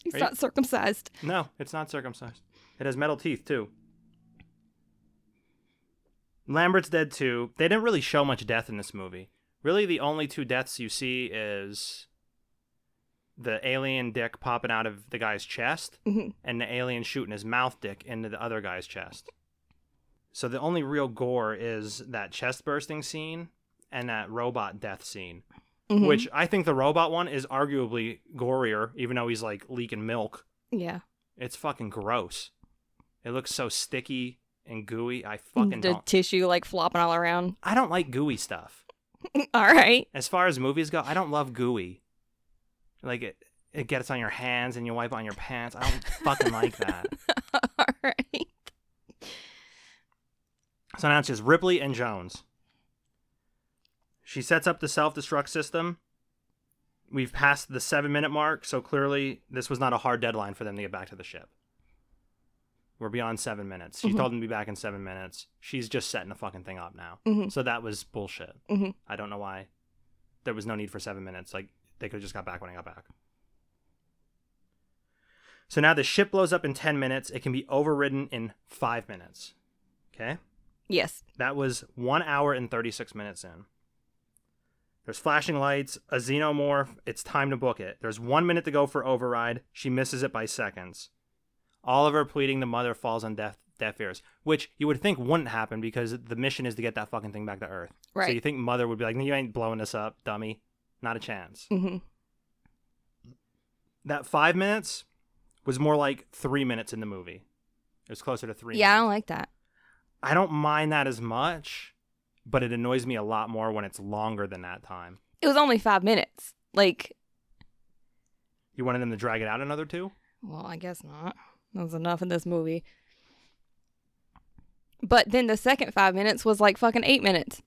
He's
Are you-
not circumcised.
No, it's not circumcised. It has metal teeth, too. Lambert's dead, too. They didn't really show much death in this movie. Really, the only two deaths you see is the alien dick popping out of the guy's chest
Mhm.
and the alien shooting his mouth dick into the other guy's chest. So the only real gore is that chest bursting scene and that robot death scene,
Mhm.
which I think the robot one is arguably gorier, even though he's like leaking milk.
Yeah.
It's fucking gross. It looks so sticky and gooey. I fucking
Mm-hmm. the
don't.
tissue like flopping all around.
I don't like gooey stuff.
all right.
As far as movies go, I don't love gooey. Like it, it gets on your hands and you wipe it on your pants. I don't fucking like that.
all right.
So now it's just Ripley and Jones. She sets up the self destruct system. We've passed the seven minute mark, so clearly this was not a hard deadline for them to get back to the ship. We're beyond seven minutes. She told them to be back in seven minutes. She's just setting the fucking thing up now.
Mhm.
So that was bullshit.
Mhm.
I don't know why there was no need for seven minutes. Like, they could have just got back when I got back. So now the ship blows up in 10 minutes. It can be overridden in five minutes. Okay?
Yes.
That was one hour and 36 minutes in. There's flashing lights, a xenomorph. It's time to book it. There's one minute to go for override. She misses it by seconds. Oliver pleading the mother falls on deaf, deaf ears, which you would think wouldn't happen because the mission is to get that fucking thing back to Earth. So
Right.
you think mother would be like, you ain't blowing this up, dummy. Not a chance.
hmm
That five minutes was more like three minutes in the movie. It was closer to three
Yeah, I
minutes.
don't like that.
I don't mind that as much, but it annoys me a lot more when it's longer than that time.
It was only five minutes. Like,
You wanted them to drag it out another two?
well, I guess not. That was enough in this movie. But then the second five minutes was like fucking eight minutes.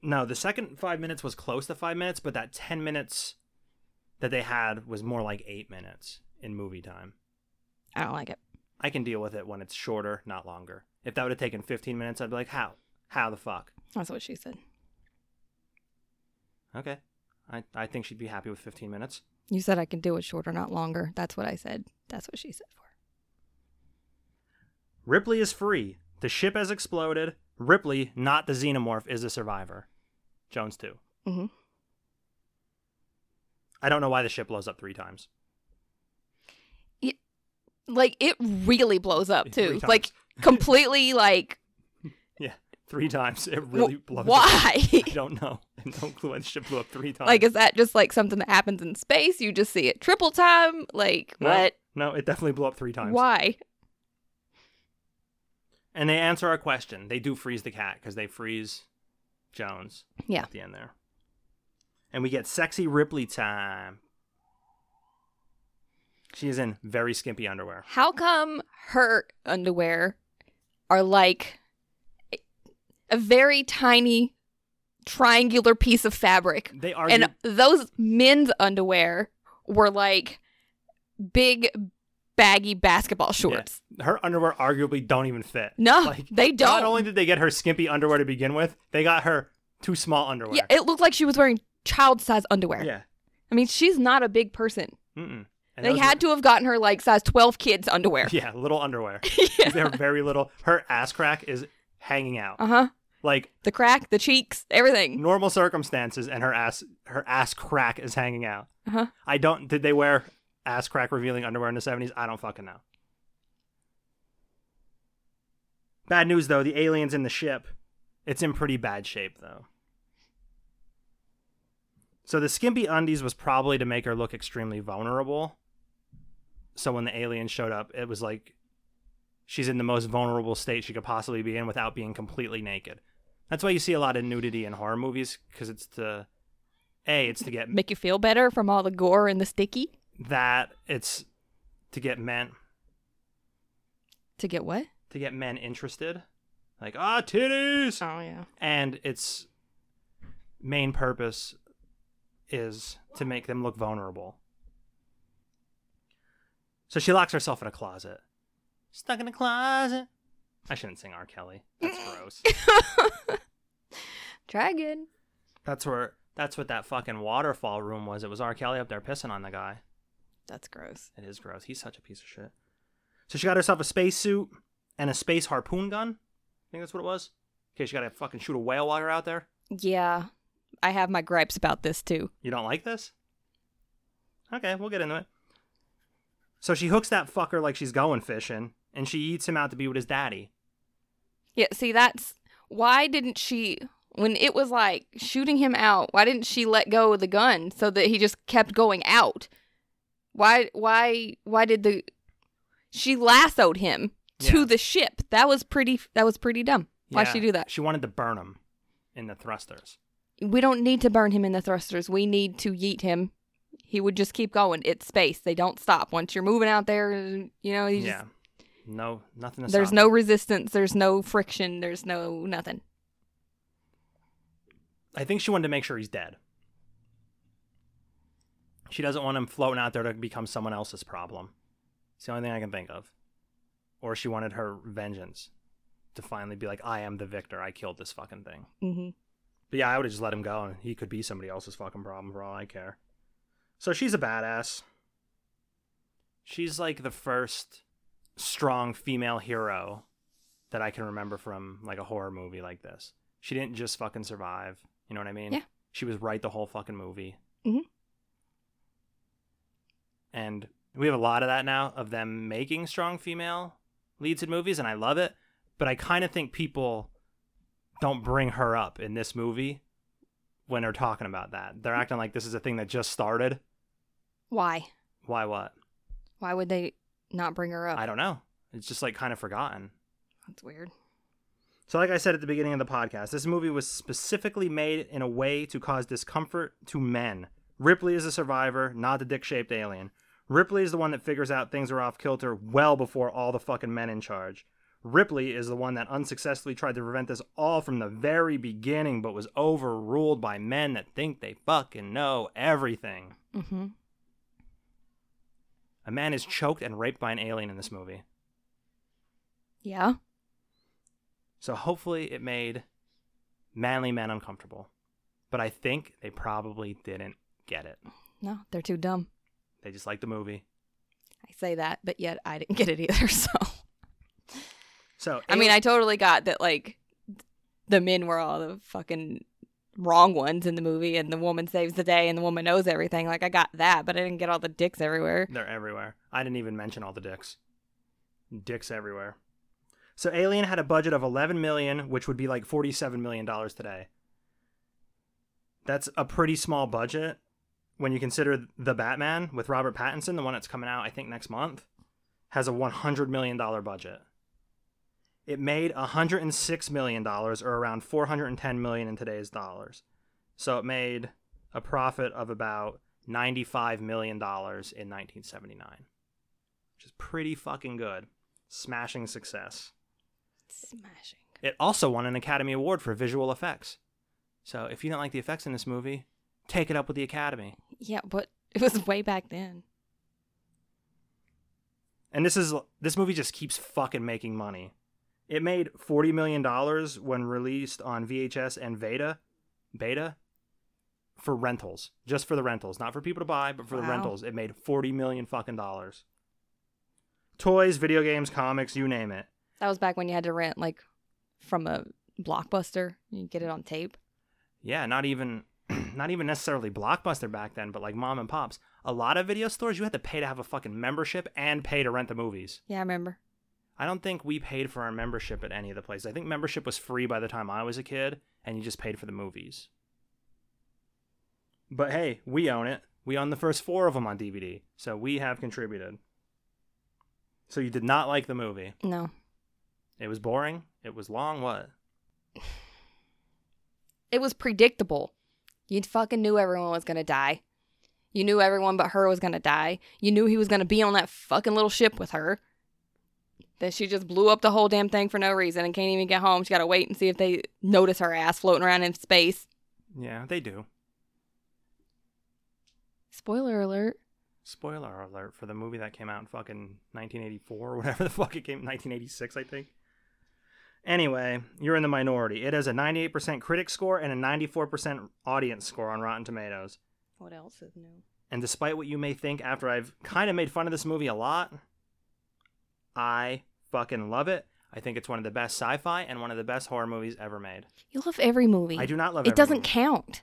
No, the second five minutes was close to five minutes, but that 10 minutes that they had was more like eight minutes in movie time.
I don't like it.
I can deal with it when it's shorter, not longer. If that would have taken 15 minutes, I'd be like, how? How the fuck?
That's what she said.
Okay. I, I think she'd be happy with 15 minutes.
You said I can do it shorter, not longer. That's what I said. That's what she said for.
Ripley is free. The ship has exploded. Ripley, not the xenomorph, is a survivor. Jones, too.
Mhm.
I don't know why the ship blows up three times.
Like it really blows up
Three
too.
times.
Like completely like
Yeah, three times. It really
wh-
blows up.
why?
I don't know. I don't clue why the ship blew up three times.
like is that just like something that happens in space? You just see it triple time? Like
no,
what?
No, it definitely blew up three times.
Why?
And they answer our question. They do freeze the cat because they freeze Jones
Yeah.
at the end there. And we get sexy Ripley time. She is in very skimpy underwear.
How come her underwear are like a- a very tiny triangular piece of fabric
They are
and those men's underwear were like big baggy basketball shorts.
Her underwear arguably don't even fit.
No, they
Not
don't.
only did they get her skimpy underwear to begin with, they got her too small underwear.
Yeah, it looked like she was wearing child size underwear.
Yeah.
I mean, she's not a big person.
Mm-mm. And
they
those
had
were-
to have gotten her like size 12 kids underwear.
Yeah, little underwear. They're very little. Her ass crack is hanging out.
Uh huh.
Like
The crack, the cheeks, everything.
normal circumstances, and her ass her ass crack is hanging out.
Uh-huh.
I don't. Did they wear ass crack revealing underwear in the seventies? I don't fucking know. Bad news though. The aliens in the ship. It's in pretty bad shape though. So the skimpy undies was probably to make her look extremely vulnerable. So when the aliens showed up, it was like she's in the most vulnerable state she could possibly be in without being completely naked. That's why you see a lot of nudity in horror movies because it's to a it's to get
Make you feel better from all the gore and the sticky.
that it's to get men
To get what?
to get men interested like ah titties
Oh, yeah.
and its main purpose is to make them look vulnerable so she locks herself in a closet stuck in a closet i shouldn't sing r kelly that's gross
Try again.
that's where that's what that fucking waterfall room was it was r kelly up there pissing on the guy
That's gross.
It is gross. He's such a piece of shit. So she got herself a spacesuit and a space harpoon gun. I think that's what it was. Okay, she got to fucking shoot a whale while you're out there.
Yeah. I have my gripes about this too.
You don't like this? Okay, we'll get into it. So she hooks that fucker like she's going fishing, and she eats him out to be with his daddy.
Yeah, see, that's why didn't she, when it was like shooting him out, why didn't she let go of the gun so that he just kept going out? Why, why, why did the, she lassoed him to
Yeah.
the ship. That was pretty, that was pretty dumb. Why'd she
Yeah,
do that?
She wanted to burn him in the thrusters.
We don't need to burn him in the thrusters. We need to yeet him. He would just keep going. It's space. They don't stop. Once you're moving out there, you know, you just,
yeah. No, nothing to
There's
stop
no
her.
resistance. There's no friction. There's no nothing.
I think she wanted to make sure he's dead. She doesn't want him floating out there to become someone else's problem. It's the only thing I can think of. Or she wanted her vengeance to finally be like, I am the victor. I killed this fucking thing.
hmm
But yeah, I would have just let him go and he could be somebody else's fucking problem for all I care. So she's a badass. She's like the first strong female hero that I can remember from like a horror movie like this. She didn't just fucking survive. You know what I mean?
Yeah.
She was right the whole fucking movie.
Mhm.
And we have a lot of that now of them making strong female leads in movies, and I love it. But I kind of think people don't bring her up in this movie when they're talking about that. They're acting like this is a thing that just started.
Why?
Why what?
Why would they not bring her up?
I don't know. It's just like kind of forgotten.
That's weird.
So, like I said at the beginning of the podcast, this movie was specifically made in a way to cause discomfort to men. Ripley is a survivor, not the dick shaped alien. Ripley is the one that figures out things are off kilter well before all the fucking men in charge. Ripley is the one that unsuccessfully tried to prevent this all from the very beginning, but was overruled by men that think they fucking know everything.
Mm-hmm.
A man is choked and raped by an alien in this movie.
Yeah.
So hopefully it made manly men uncomfortable. But I think they probably didn't get it.
No, they're too dumb.
They just liked the movie.
I say that, but yet I didn't get it either. So
So
I mean, I totally got that. Like the men were all the fucking wrong ones in the movie, and the woman saves the day, and the woman knows everything. Like I got that, but I didn't get all the dicks everywhere.
They're everywhere. I didn't even mention all the dicks. Dicks everywhere. So Alien had a budget of 11 million, which would be like 47 million dollars today. That's a pretty small budget when you consider The Batman with Robert Pattinson, the one that's coming out I think next month, has a 100 million dollar budget. It made 106 million dollars or around 410 million in today's dollars. So it made a profit of about $95 million in 1979, which is pretty fucking good. Smashing success.
Smashing.
It also won an Academy Award for visual effects. So if you don't like the effects in this movie, take it up with the Academy.
Yeah, but it was way back then.
And this is this movie just keeps fucking making money. It made forty million dollars when released on VHS and Veda, Beta, for rentals, just for the rentals, not for people to buy, but for the
Wow.
rentals. It made forty million fucking dollars. Toys, video games, comics, you name it.
That was back when you had to rent like from a blockbuster. You get it on tape.
yeah, not even not even necessarily Blockbuster back then, but like mom and pops. A lot of video stores you had to pay to have a fucking membership and pay to rent the movies.
Yeah, I remember.
I don't think we paid for our membership at any of the places. I think membership was free by the time I was a kid and you just paid for the movies. But hey, we own it. We own the first 4 of them on DVD, so we have contributed. So you did not like the movie.
No,
It was boring. It was long. What?
it was predictable. You fucking knew everyone was gonna die. You knew everyone but her was gonna die. You knew he was gonna be on that fucking little ship with her. Then she just blew up the whole damn thing for no reason and can't even get home. She gotta wait and see if they notice her ass floating around in space.
Yeah, they do.
Spoiler alert.
spoiler alert for the movie that came out in fucking 1984 or whatever the fuck it came 1986 i think anyway you're in the minority it has a 98% critic score and a 94% audience score on rotten tomatoes
What else is new?
and despite what you may think after i've kind of made fun of this movie a lot i fucking love it i think it's one of the best sci-fi and one of the best horror movies ever made
You love every movie.
i do not love
It
every
doesn't
movie.
count.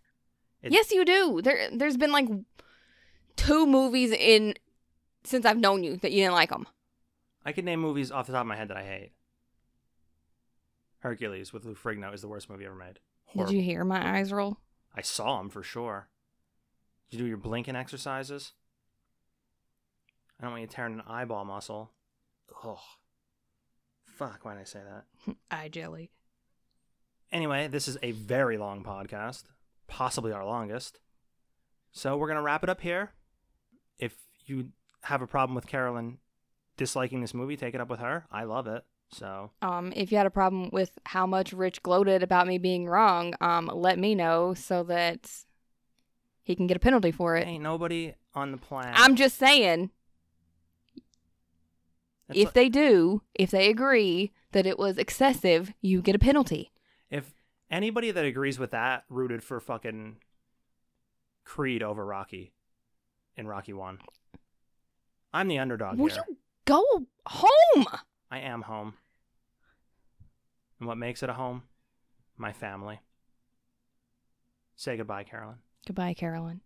It-
yes, you do. There, there's been like two movies in since I've known you that you didn't like them.
i could name movies off the top of my head that i hate hercules with lou frigno is the worst movie ever made Horrible.
Did you hear my eyes roll?
I saw him for sure. Did you do your blinking exercises? I don't want you tearing an eyeball muscle. Ugh. Fuck, why did I say that?
Eye jelly.
Anyway, this is a very long podcast, possibly our longest. So we're going to wrap it up here. If you have a problem with Carolyn disliking this movie, take it up with her. I love it. So
Um, if you had a problem with how much Rich gloated about me being wrong, um, let me know so that he can get a penalty for it.
ain't nobody on the planet.
I'm just saying,
That's
if
like-
they do, if they agree that it was excessive, you get a penalty.
If anybody that agrees with that rooted for fucking Creed over Rocky in Rocky One, I'm the underdog
Will
here.
you go home?
I am home, and what makes it a home? My family. Say goodbye, Carolyn.
Goodbye, Carolyn.